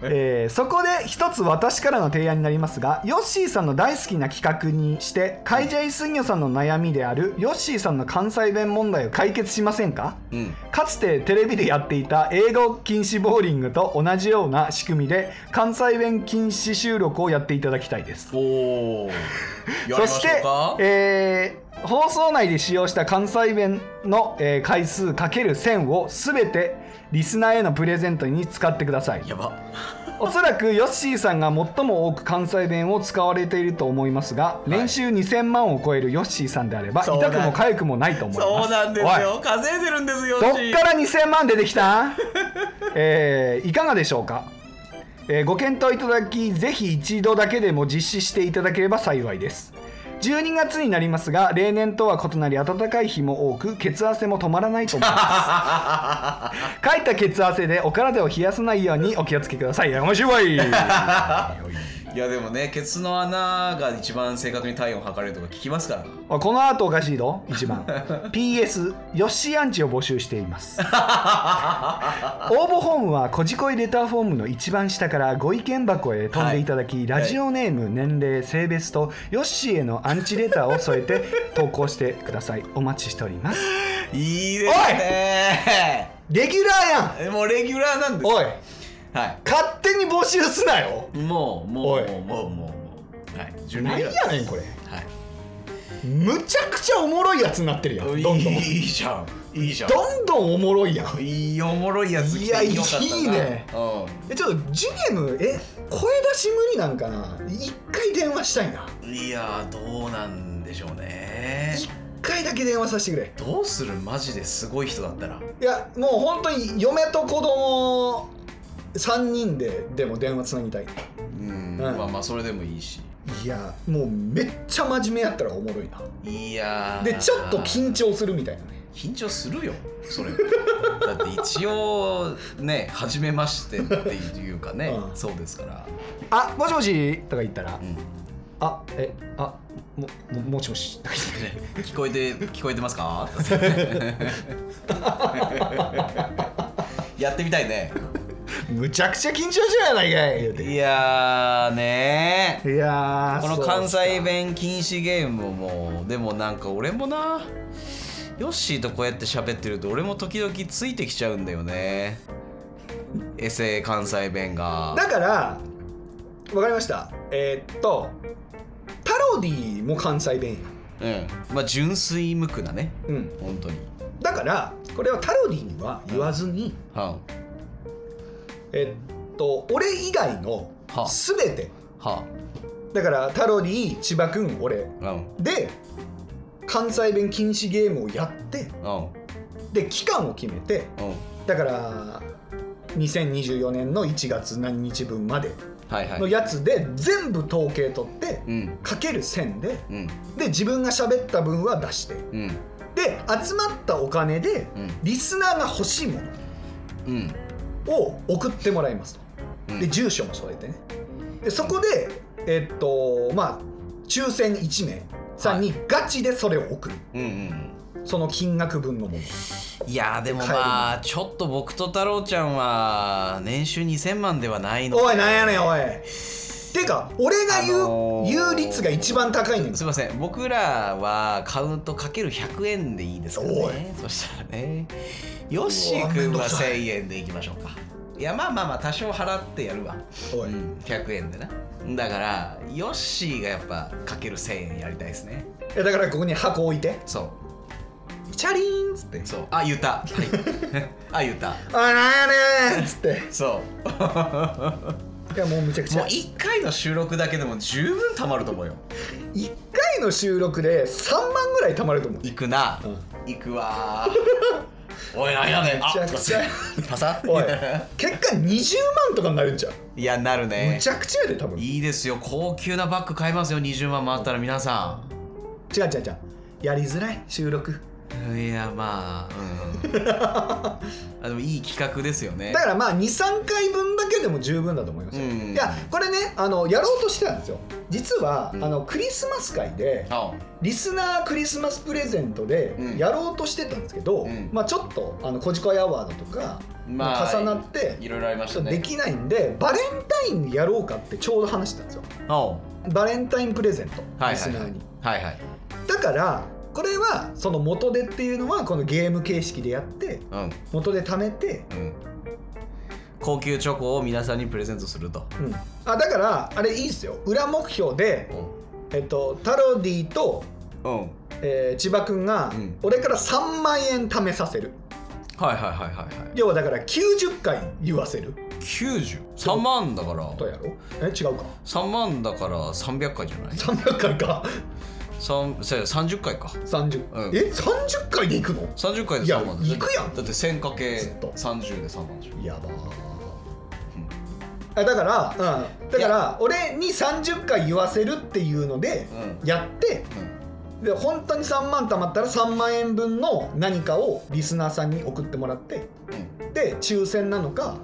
B: えーそこで一つ私からの提案になりますがヨッシーさんの大好きな企画にして海ジャイ水魚さんの悩みであるヨッシーさんの関西弁問題を解決しませんか
C: うん
B: かつてテレビでやっていた英語禁止ボーリングと同じような仕組みで関西弁禁止収録をやっていただきたいです
C: おおやりま し
B: そし
C: ょ
B: て
C: うか、
B: えー放送内で使用した関西弁の、えー回数かける1000を全てリスナーへのプレゼントに使ってください
C: やば
B: おそらくヨッシーさんが最も多く関西弁を使われていると思いますが、
C: い
B: 年収2000万を超えるヨッシーさんであれば
C: そ
B: 痛
C: うなん
B: くも痒くもないと思います
C: そうなんですよ稼いでるんですよ
B: おい
C: ヨッシ
B: ど
C: ー
B: っから2000万出てきた、えーいかがでしょうか、えーご検討いただきぜひ一度だけでも実施していただければ幸いです12月になりますが例年とは異なり暖かい日も多く血汗も止まらないと思いますかいた血汗でお体を冷やさないようにお気をつけくださいやかましいわい
C: いやでもねケツの穴が一番正確に体温を測れるとか聞きますから
B: あこの後おかしいぞ一 番 PS ヨッシーアンチを募集しています 応募フォームはこじこいレターフォームの一番下からご意見箱へ飛んでいただき、ラジオネーム、年齢性別とヨッシーへのアンチレターを添えて投稿してくださいお待ちしております
C: いいですね
B: レギュラーやん
C: もうレギュラーなんです
B: おい
C: は
B: 勝手に募集すなよ
C: いもうも
B: お
C: う
B: い
C: もうもうもうはい準
B: 何
C: レギュ
B: や
C: ラー
B: ねんこれ
C: はい
B: むちゃくちゃおもろいやつになってるやんどんどん
C: いいじゃんいいじゃん
B: どんどんおもろいやん
C: いいおもろいやつ来て
B: いや
C: よかったない
B: いね
C: う
B: えちょっとジュゲムえ声出し無理なんかな一回電話したいなん
C: いやどうなんでしょうね
B: 一回だけ電話させてくれ
C: どうするマジですごい人だったら
B: いやもう本当に嫁と子供3人ででも電話つなぎたい
C: うん
B: はい
C: まあまあそれでもいいし
B: いやもうめっちゃ真面目やったらおもろいない
C: やー
B: でちょっと緊張するみたいなね
C: 緊張するよそれ だって一応ね初めましてっていうかね、
B: うん
C: そうですから、
B: あもしもしとか言ったら
C: うん
B: あえあもももしもしとか言って
C: 聞こえて聞こえてますかやってみたいね
B: むちゃくちゃ緊張しゃやないかい言うて
C: いやーね
B: いやー
C: この
B: そうっすか
C: 関西弁禁止ゲームもでもなんか俺もなヨッシーとこうやって喋ってると俺も時々ついてきちゃうんだよねエセ関西弁が
B: だからわかりましたえーっとパロディも関西弁や
C: うんまあ純粋無垢なね
B: うん
C: 本当に
B: だからこれはタロディには言わずに、
C: は
B: えっと俺以外の
C: は
B: 全て
C: あは
B: だからタロディ千葉君俺
C: あうん
B: で関西弁禁止ゲームをやって
C: う
B: で期間を決めて
C: んうん
B: だから2024年の1月何日分まで
C: はいは
B: の
C: い
B: やつで全部統計取って
C: うん
B: かける1000で
C: うん
B: で自分が喋った分は出して
C: うん
B: で集まったお金で
C: うん
B: リスナーが欲しいも
C: うん
B: のを送ってもらいますと。
C: うん
B: で住所も添えてねでそこでえっとまあ抽選1名さんにガチでそれを送る、
C: うんうん
B: その金額分のもの
C: いやーでも
B: 帰るの
C: まあちょっと僕と太郎ちゃんは年収2000万ではないの で
B: おいなんやねんおいてか俺が言う、
C: あのー
B: 言う率が一番高いねん
C: すいません僕らはカウントかける100円でいいですか
B: おい
C: ねそしたらねヨッシー君
B: うわめんど
C: は
B: くさい
C: 1000円でいきましょうかいやまあまあまあ多少払ってやるわ
B: お
C: う
B: い
C: ん100円でなだからヨッシーがやっぱかける1000円やりたいですね
B: えだからここに箱置いて
C: そ
B: チャリーンっつって
C: うそうあ言った、はい、 あ言った
B: 「あなんやねん」っつって
C: そう
B: いやもうむちゃくち
C: もう
B: ゃ
C: 1回の収録だけでも十分たまると思うよ
B: 1回の収録で3万ぐらい貯まると思う
C: 行くな、
B: うん
C: 行くわ ーおいなんやねんあ
B: めちゃくちゃ
C: パサ
B: おい結果20万とかになるんちゃう
C: いやなるね
B: むちゃくちゃやで多分
C: いいですよ高級なバッグ買いますよ20万もあったら皆さ
B: 違う違う違うやりづらい収録
C: んいやまあうん あでもいい企画ですよね
B: だからまあ23回分だけでも十分だと思いますよ、
C: うん
B: いやこれねあのやろうとしてたんですよ実は、
C: うん
B: あのクリスマス会で
C: あ
B: リスナークリスマスプレゼントで
C: うん
B: やろうとしてたんですけど、
C: うん
B: まあちょっとあの「こじこいアワード」とか、
C: まあ
B: 重なって
C: いろいろありまし
B: ち
C: た
B: ょっとで
C: ね
B: きないんでバレンタインにやろうかってちょうど話してたんですよ
C: あは
B: バレンタインプレゼント、
C: はいはい
B: リスナーに
C: いはい
B: だからこれはその元手っていうのはこのゲーム形式でやって
C: うん
B: 元手貯めて
C: うん高級チョコを皆さんにプレゼントすると
B: うん、あだからあれいいですよ裏目標で、
C: う
B: えっと、タロディと
C: んうん
B: えー千葉君が
C: うん
B: 俺から3万円貯めさせる、
C: はいはいはいはいはい
B: 要はだから90回言わせる
C: 903万だから
B: ことやろえ違うか
C: 3万だから300回じゃない
B: 300回か
C: 三せや30回か
B: 30、
C: うん
B: え30回で行くの
C: 30回で
B: いや
C: 3万だね
B: 行くやん
C: だって1000かけ
B: ずっと
C: 30で3万じゃん
B: やばーあだから、うん、だ
C: い
B: から俺に30回言わせるっていうので
C: う
B: やってで本当に3万貯まったら3万円分の何かをリスナーさんに送ってもらってで抽選なのか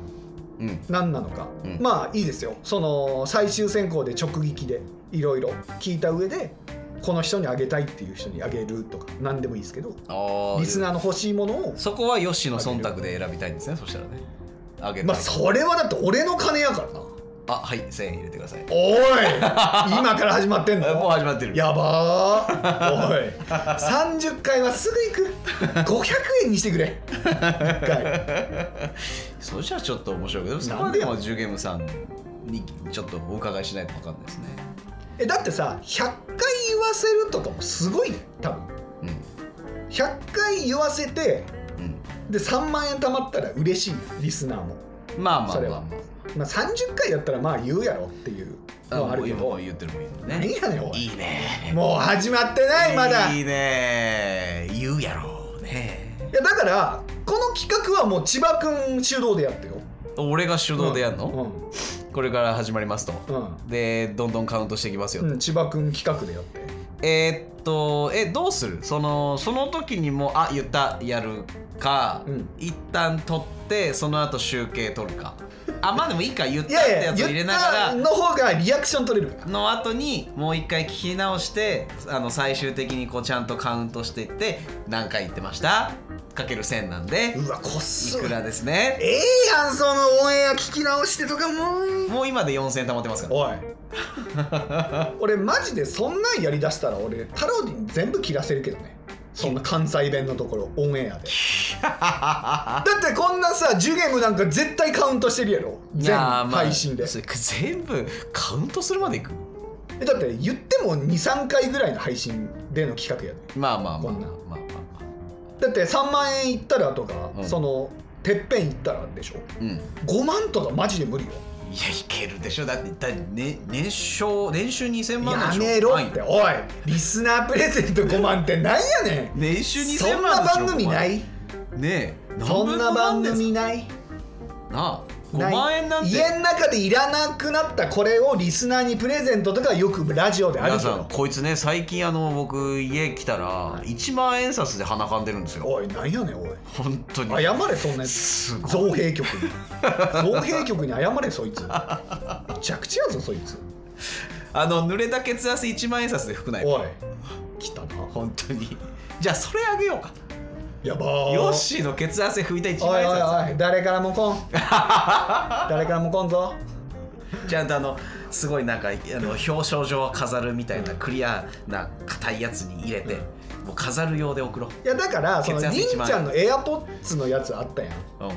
C: うんうんうん
B: 何なのか、
C: うん
B: まあいいですよその最終選考で直撃でいろいろ聞いた上でこの人にあげたいっていう人にあげるとか何でもいいですけど
C: ああ
B: リスナーの欲しいものを
C: そこはヨッシーの忖度で選びたいんですねそしたらねあげる
B: まあそれはだって俺の金やから な
C: あはい1000円入れてください
B: おい今から始まってんの
C: あもう始まってる
B: やば ーおい30回はすぐ行く500円にしてくれ1回
C: そしたらちょっと面白いけどそこ
B: な
C: は
B: んで
C: で
B: や
C: もジュゲムさんにちょっとお伺いしないと分かんないですね
B: えだってさ100回言わせるとかもすごいね多分100回言わせて
C: うんうん
B: で3万円貯まったら嬉しいリスナーも、
C: まあまあ
B: それ
C: まあ
B: は
C: まあ
B: まあ、30回だったらまあ言うやろっていう
C: あ
B: のはあるけ
C: もう
B: ど
C: 言ってるもいいの
B: 何
C: ね。
B: やねんおい
C: いいね。
B: もう始まってないまだ
C: いいね。言うやろうね。
B: いやだからこの企画はもう千葉君主導でやってよ
C: 俺が主導でやるの、
B: う
C: これから始まりますと。
B: んうん、
C: で、どんどんカウントしていきますよ。
B: うんうん、千葉君企画でやって
C: えーっと、え、どうするそのその時にもう、あ、言った、やるか、
B: うん
C: 一旦取って、その後集計取るか。あ、まあでもいいか、言っ
B: い
C: たっ
B: や
C: て
B: いや
C: やつを入れ
B: 言っ
C: なが
B: た
C: ら。
B: の方がリアクション取れるから
C: の後にもう一回聞き直してあの最終的にこうちゃんとカウントしていって何回言ってましたかける1000なんで
B: うわこっそ
C: いくらですね
B: ええやんそのオンエア聞き直してとかもう
C: もう今で4000溜まってますから
B: おい 俺マジでそんなんやりだしたら俺太郎に全部切らせるけどねそんな関西弁のところオンエアでだってこんなさジュゲムなんか絶対カウントしてるやろ
C: い
B: 全
C: やーまあ
B: 配信で、
C: それ全部カウントするまでいく
B: えだって言っても23回ぐらいの配信での企画やで
C: まあまあま
B: こ
C: あ
B: ん
C: ま
B: な
C: あまあまあ
B: だって3万円いったらとか、
C: うん
B: そのてっぺんいったらでしょ
C: うんいや
B: 5万とかマジで無理よ
C: いけるでしょだってだ、ね、年商年収2000万で
B: や
C: しょ
B: めろ
C: 単
B: っ
C: 位
B: ておいリスナープレゼント5万ってなんやねん
C: 年収
B: そ
C: 2000万
B: んな
C: でしょ
B: 番組な
C: お
B: い
C: 前ねえ
B: そんな番組
C: な
B: ない
C: あ
B: な
C: 5
B: い
C: 万円なんて
B: 家の中でいらなくなったこれをリスナーにプレゼントとかよくラジオである
C: 皆
B: け
C: さん
B: ど
C: こいつね最近あの僕家来たら1万円札で鼻かんでるんですよ
B: おいなんやねんおい
C: 本当に
B: 謝れそんなやつ
C: すごい
B: 造幣局に造幣局に謝れそいつめちゃくちゃやぞそいつ
C: あの濡れた血圧1万円札で拭くない
B: おい来たな
C: 本当にじゃあそれあげようか
B: やばー
C: ヨッシーの血圧で拭いた1
B: お
C: 万
B: い
C: 円
B: おい
C: 札
B: おい誰からもこん 誰からもこんぞ
C: ちゃんとあのすごいなんかあの表彰状を飾るみたいなクリアな硬いやつに入れてもう飾る用で送ろう、
B: いやだからその
C: 血圧
B: り
C: 一
B: ん
C: 番
B: ちゃんのエアポッツのやつあったやん
C: うん、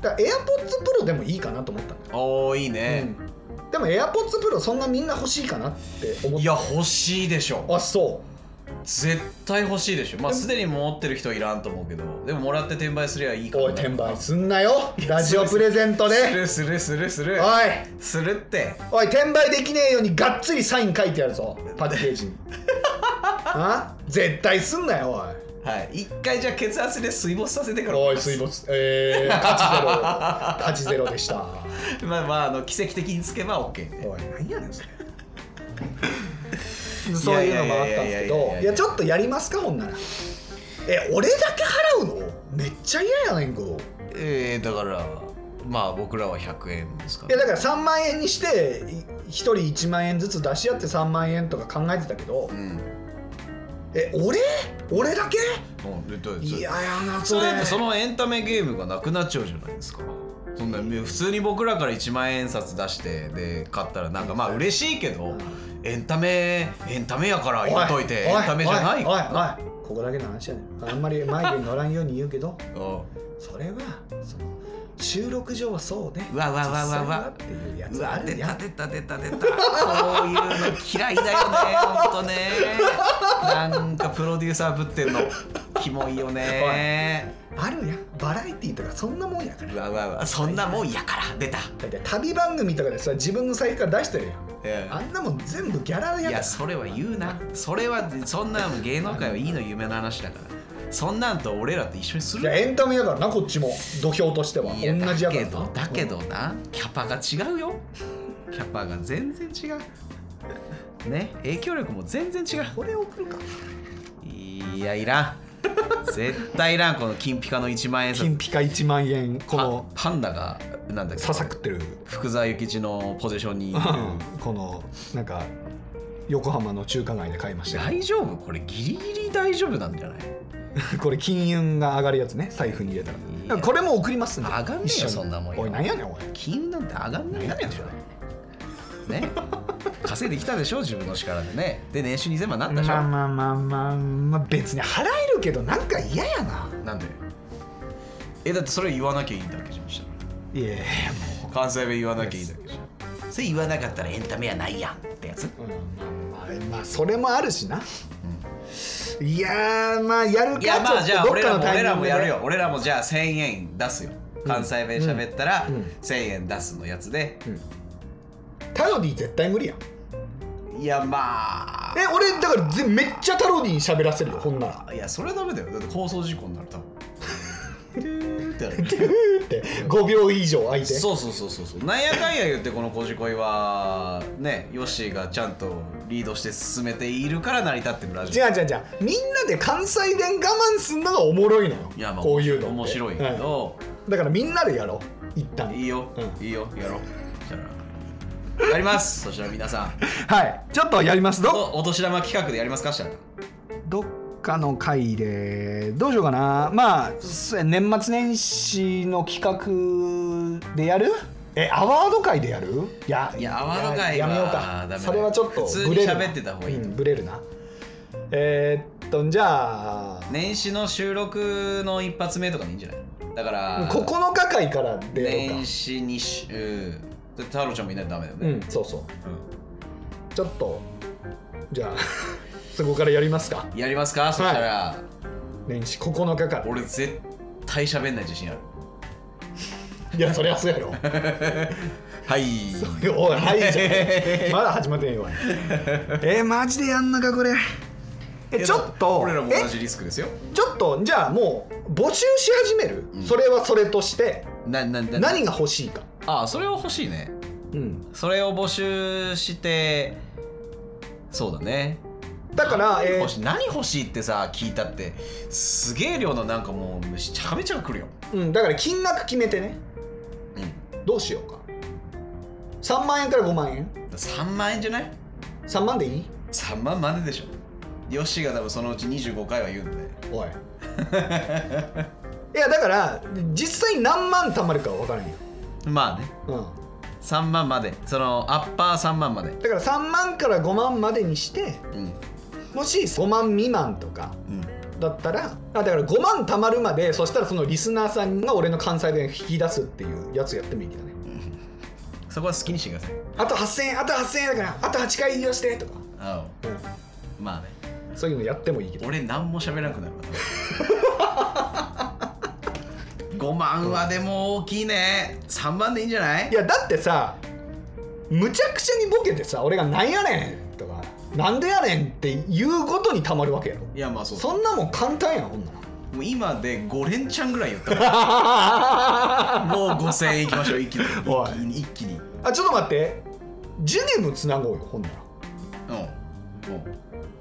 B: だからエアポッツプロでもいいかなと思ったのよ
C: おおいいね、
B: うんでも AirPods Pro そんなみんな欲しいかなって思っ
C: い
B: て
C: や欲しいでしょ
B: あそ
C: 絶対欲しいでしょまあすでに持ってる人いらんと思うけどでももらって転売すりゃいいうから
B: おい転売すんなよラジオプレゼントです
C: るするするする
B: おい
C: するって
B: おい転売できねえようにがっつりサイン書いてやるぞパッケージ にあ絶対すんなよおい
C: はい一回じゃあ血圧で水没させてから
B: おい水没えー、勝ちゼロ勝ちゼロでした
C: まあまああの奇跡的につけば OK ね
B: おい何やねんそれ そういうのもあったんですけ
C: いやいやいやいやいやい
B: ど
C: や
B: いやちょっとやりますかほんならえ俺だけ払うのめっちゃ嫌やねんけど
C: えー、だからまあ僕らは100円ですか
B: いや
C: ら
B: だから3万円にして1人1万円ずつ出し合って3万円とか考えてたけど
C: うん
B: え俺俺だけ
C: うんどうぞ
B: いややな
C: そ
B: それ
C: れだってそのエンタメゲームがなくなっちゃうじゃないですかそんな普通に僕らから1万円札出してで買ったらなんかまあ嬉しいけどエンタメエンタメやから言っといてエンタメじゃない
B: おいおいおいここだけの話やねんあんまりマイクに乗らんように言うけど
C: うん
B: それはその収録上はそうね
C: うわうわうわうわうわ
B: 実際はっていうや
C: う
B: つ
C: わ
B: あ
C: 出
B: るや
C: た
B: ん
C: 出た出た出たこういうの嫌いだよねほんとねなんかプロデューサーぶってんのキモいよね
B: あるやんバラエティーとかそんなもんやから
C: うわうわうわそんなもんやから出た、
B: だって旅番組とかでさ自分の財布から出してるやん
C: え
B: あんなもん全部ギャラ
C: え
B: や
C: い
B: か
C: や
B: ら
C: それは言うなそれはそんなの芸能界はいいの夢の話だからそんなんと俺らと一緒にす
B: いや
C: る
B: エンタメやからなこっちも土俵としてはい同じや
C: だけ
B: から
C: どだけどなキャパが違うよキャパが全然違うね影響力も全然違う
B: これ送るか
C: いやいらん絶対いらんこの金ピカの1万円札
B: 金ピカ1万円この
C: パパンダがなんだっけ
B: ささくってる
C: 福沢諭吉のポジションにいる
B: このなんか横浜の中華街で買いましたよ
C: 大丈夫これギリギリ大丈夫なんじゃない
B: これ金運が上がるやつね財布に入れた
C: い
B: ら
C: や
B: これも送りますね
C: 上がんねえよ
B: 一緒に
C: そんなもんよ
B: おいなんやねんおい
C: 金なんて上がんないやつでしょ ね稼いできたでしょ自分の力でねで年収2000万なったでしょ、
B: まあまあまあまあ、まあ、別に払えるけどなんか嫌やな
C: なんでえだってそれ言わなきゃいいんだっけじゃん
B: いやいやいや
C: 関西弁言わなきゃいいんだっけじゃんそれ言わなかったらエンタメやないやんってやつ
B: もう、うんまあまあまあそれもあるしな、いやーまあやるか
C: いやまあじ
B: ちょ
C: ゃ
B: っ
C: あ
B: とどっ
C: 俺ら
B: かの
C: も俺
B: タイミ
C: ら
B: ング
C: も
B: で
C: やるよ俺らもじゃあ1000円出すよ関西弁喋ったら
B: うん
C: 1000円出すのやつで
B: タロディ絶対無理やん
C: いやま
B: え俺だからぜめっちゃタロディ喋らせるよほんなら
C: あいやそれはダメだよだって放送事故になる多分 トゥーってなる
B: って5秒以上空いて
C: そうそうそうそうそうなんやかんや言ってこの「こじこい」はねヨッシーがちゃんとリードして進めているから成り立ってるラジ
B: 違
C: オ
B: う違う違うみんなで関西弁我慢すんのがおもろいのよ
C: いやまあ
B: こういうのって
C: 面白いけど、
B: うんだからみんなでやろう一旦
C: いいよ、
B: うん
C: いいよやろうじゃあやります そしたら皆さん
B: はいちょっとやりますど
C: おお年玉企画でやりますかしたら
B: どっかの回でどうしようかなまあす年末年始の企画でやるえアワード会でやるいや
C: いやアワード会
B: ややめよう
C: はダ
B: か
C: メだよ
B: それはちょっと
C: 普通に
B: ブレるな
C: 喋ってた方がいい
B: うんブレるなえーっとじゃあ
C: 年始の収録の一発目とかでいいんじゃないだから
B: 9日会からでやろう
C: 年
B: か
C: 始にしうんで太郎ちゃんもいないとダメだよ
B: う
C: ね、
B: んそうそう
C: う
B: ちょっとじゃあ そこからやりますか
C: んやりますかそしたら、
B: 年始9日から
C: 俺絶対喋んない自信ある
B: いやそりゃそうやろ
C: はい
B: おいはいじゃんまだ始まって んよおいえー、マジでやんのかこれえ
C: え
B: ちょっと
C: 俺らも同じリスクですよ
B: えちょっとじゃあもう募集し始める、
C: うん
B: それはそれとして
C: ななな
B: 何が欲しいか
C: あそれは欲しいね
B: うん
C: それを募集してそうだね
B: だから、え
C: 欲
B: ー
C: しい何欲しいってさ聞いたってすげえ量のなんかもうめちゃめちゃくるよ
B: うん、だから金額決めてね
C: うん
B: どうしようか3万円から5万円
C: 3万円じゃない
B: 3万でいい
C: 3万まででしょヨッシーが多分そのうち25回は言うんで
B: おいいやだから実際何万貯まるかは分からんよ、
C: まあね
B: う
C: 3万までそのアッパー3万まで
B: ん、だから3万から5万までにして
C: うん
B: もし5万未満とか
C: うん
B: だったらあだから5万貯まるまでそしたらそのリスナーさんが俺の関西弁引き出すっていうやつやってもいいんだね
C: そこは好きにしてください
B: あと8000円あと8000円だからあと8回利用してとか、
C: あ
B: う
C: まあね
B: ん、そういうのやってもいいけど
C: 俺何も喋らなくなるわ多 分5万はでも大きいね3万でいいんじゃない
B: いやだってさむちゃくちゃにボケてさ俺が「なんやねん!」とか「なんでやねん!」って言うごとに貯まるわけやろ
C: いやまあそう
B: そんなもん簡単やんほんなら
C: もう今で5連チャンぐらい言 ったもんもう5000円いきましょう一気に
B: おい
C: 一気に一気にうん
B: あちょっと待ってジュネムつなごうよほんなら
C: うん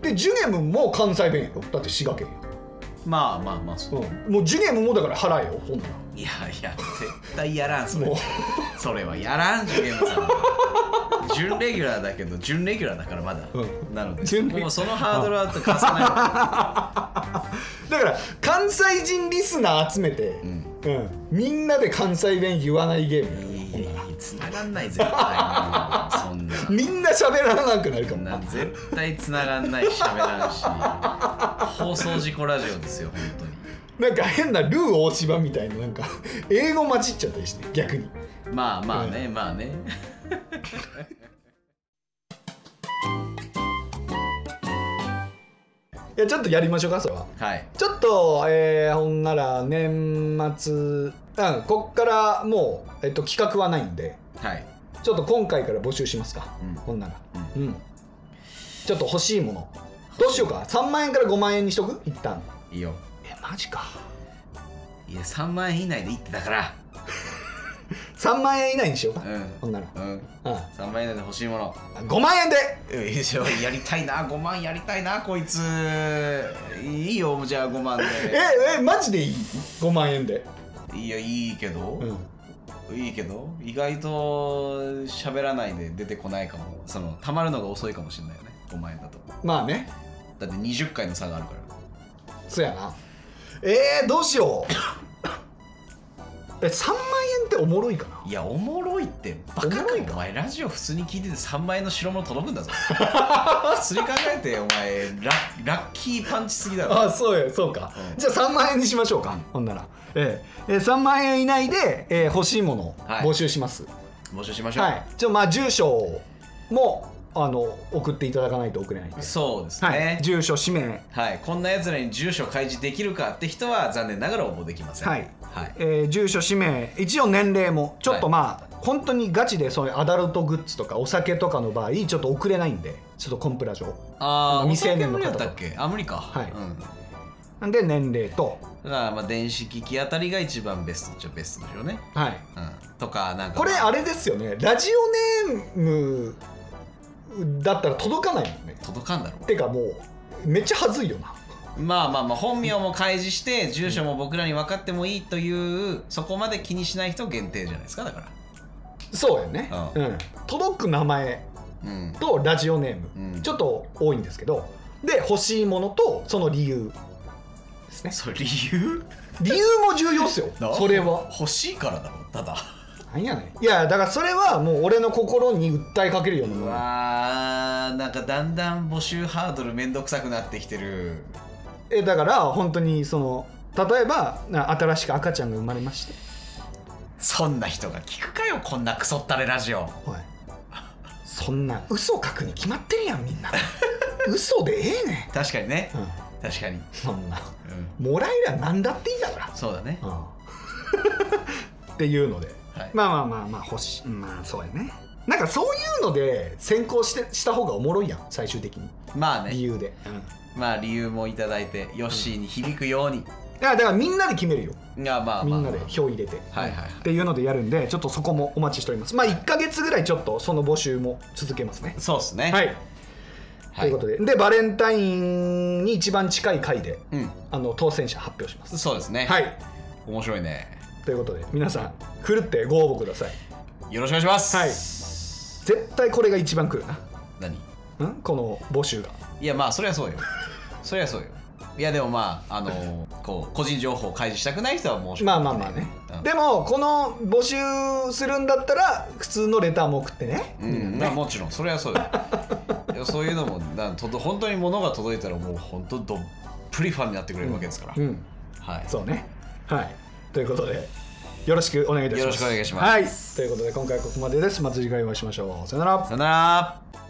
B: でジュネムも関西弁やろだって滋賀県や、
C: まあまあまあそう、
B: うん、もうジュネムもだから払えよほんなら
C: いやいや絶対やらんそれ
B: もう
C: それはやらんジュゲームさんは準レギュラーだけど準レギュラーだからまだ、
B: うん
C: なので
B: 準レギュ
C: もうそのハードルは貸さない わ
B: だから関西人リスナー集めて、
C: ん
B: うんみんなで関西弁言わないゲームやろほんなら
C: 繋がんない絶対もうそんな
B: みんな喋らなくなるか
C: そ
B: も
C: ん
B: な
C: な絶対繋がんないし喋らんし放送事故ラジオですよ本当に
B: なんか変なルー大芝みたいななんか 英語混じっちゃったりして逆に
C: まあまあね、まあね。
B: いやちょっとやりましょうかそれは
C: はい。
B: ちょっと、えーほんなら年末うんこっからもう、えっと、企画はないんで
C: はい。
B: ちょっと今回から募集しますか、
C: うん
B: ほんなら
C: う
B: うんちょっと欲しいものどうしようか3万円から5万円にしとく一旦
C: いいよ。
B: えマジか
C: いや、3万円以内でいいってだから。
B: 3万円以内にしようか、
C: う
B: ほんなら、
C: ん。うん。
B: うん、
C: 3万円以内で欲しいもの。
B: 5万円で
C: うんいいでしょやりたいな、5万やりたいな、こいつ。いいよ、じゃあ5万で。
B: ええマジでいい5万円で
C: いや、いいけど、
B: うん
C: いいけど、意外と喋らないで出てこないかも。その、たまるのが遅いかもしれないよね、5万円だと。
B: まあね
C: だって20回の差があるから。
B: そやなえー、どうしようえ3万円っておもろいかない
C: や、おもろいって、バ
B: お
C: カ
B: もろ
C: か
B: いか
C: お前、ラジオ普通に聞いてて3万円の白物届くん だぞ。普通に考えて、お前ラ、ラッキーパンチすぎだろ。
B: あそうやそうか、
C: うん
B: じゃあ3万円にしましょうか、ほんなら、えええー3万円以内で、えー欲しいものを
C: はい
B: 募集しますは
C: 募集しま
B: い、
C: しょう。
B: ちょまあ住所もあの送っていただかないと送れないんで、
C: そうですね。
B: はい、住所氏名、
C: はい、こんな奴らに住所開示できるかって人は残念ながら応募できません。
B: はい
C: はい。
B: えー住所氏名一応年齢もちょっと
C: はい
B: まあ、本当にガチでそういうアダルトグッズとかお酒とかの場合ちょっと送れないんでちょっとコンプラ上
C: ああ、
B: 未成年の
C: お酒無理だ
B: 方
C: ったっけあ、無理か。
B: はい
C: うん。だか
B: なんで年齢と
C: ら、まあ、電子機器あたりが一番ベストっちゃベストでしょうね。
B: はい
C: うん。とか、なんか。
B: これあれですよねラジオネームだったら届かないもんね
C: 届かんだろ
B: てかもうめっちゃはずいよな
C: う。まあまあまあ、本名も開示して、住所も僕らに分かってもいいという、そこまで気にしない人限定じゃないですか、だから。
B: そうやね、
C: う
B: うん、届く名前
C: うん。
B: とラジオネーム、
C: うん
B: ちょっと多いんですけどで欲しいものとその理由ですね
C: そう、理由
B: 理由も重要っす よそれは。
C: 欲しいからだろ、ただ。
B: なんやねんいやだからそれはもう俺の心に訴えかけるような
C: う
B: もの
C: わーなんかだんだん募集ハードルめんどくさくなってきてる
B: えだから本当にその例えばな新しく赤ちゃんが生まれまして、
C: そんな人が聞くかよこんなクソったれラジオ
B: おいそんな嘘書くに決まってるやんみんな 嘘でええね
C: 確かにね
B: ん、うん、
C: 確かに、
B: そんな
C: うん、
B: もらえりゃ何だっていいんだから、
C: そうだね
B: うん っていうので、
C: はい
B: まあまあまあまあ欲しいまあそうやねなんかそういうので先行してした方がおもろいやん最終的に
C: まあ
B: 理
C: ね
B: 由で、い
C: まあ理由もいただいてヨッシーに響くように
B: やだからみんなで決めるよ
C: がまあ
B: み
C: まあ
B: んなで票入れて、
C: はいはいはい
B: っていうのでやるんでちょっとそこもお待ちしておりますまあ1か月ぐらいちょっとその募集も続けますね
C: そうっすね
B: はい、
C: はい
B: ということででバレンタインに一番近い回で
C: うん
B: あの当選者発表します
C: そうですね
B: はい
C: 面白いね
B: ということで皆さん狂ってご応募ください
C: よろしくお願いします
B: はい絶対これが一番来る
C: 何
B: な、ん、この募集が
C: いやまあそりゃそうよそりゃそうよいやでもまああのこう個人情報を開示したくない人は申し訳
B: まあまあまあね、
C: うん
B: でもこの募集するんだったら普通のレターも送ってね、
C: うん、まあもちろんそれは そうよいやそういうのもなんとど本当に物が届いたらもう本当どっぷりファンになってくれるわけですから、
B: うん、
C: はい
B: そうね。はい。ということで、よろしくお願いいたしま
C: よ
B: す。
C: ろしくお願いします
B: はい。ということで、今回はここまでです。また次回お会いしましょう。さよなら。
C: さよなら